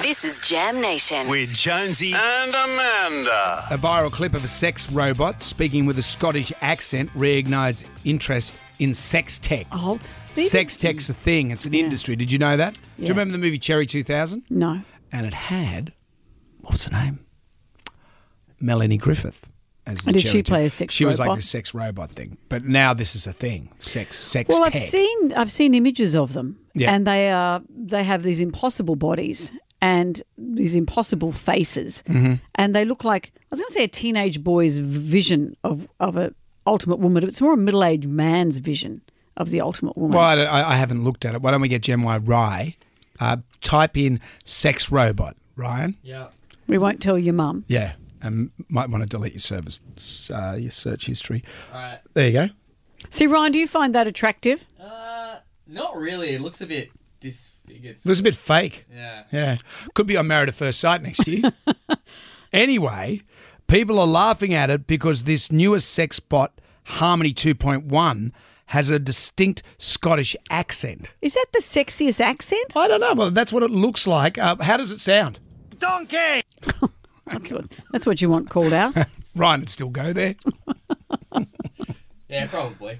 This is Jam Nation. with Jonesy. and Amanda. A viral clip of a sex robot speaking with a Scottish accent reignites interest in sex tech. Oh, they sex did- tech's a thing, it's an industry. Did you know that? Do you Yeah. remember the movie Cherry 2000? No. And it had, what was her name? Melanie Griffith. As the And did she Cherry play a 2000. sex She was like robot? the sex robot thing. But now this is a thing sex, sex Well, tech. I've seen I've seen images of them, Yeah. and they are they have these impossible bodies and these impossible faces, Mm-hmm. and they look like I was going to say a teenage boy's vision of of a ultimate woman, but it's more a middle aged man's vision of the ultimate woman. Well, I, don't- I- I haven't looked at it. Why don't we get Gem Y Rye? Uh, type in sex robot, Ryan. We won't tell your mum. Yeah, and might want to delete your service, uh, your search history. All right. There you go. See, Ryan, do you find that attractive? Not really. It looks a bit disfigured. Looks a bit fake. Yeah. Yeah. Could be on Married at First Sight next year. anyway, people are laughing at it because this newest sex bot, Harmony 2.1, has a distinct Scottish accent. Is that the sexiest accent? I don't know, but that's what it looks like. Uh, how does it sound? That's what, that's what you want called out. Ryan would still go there. Yeah, probably.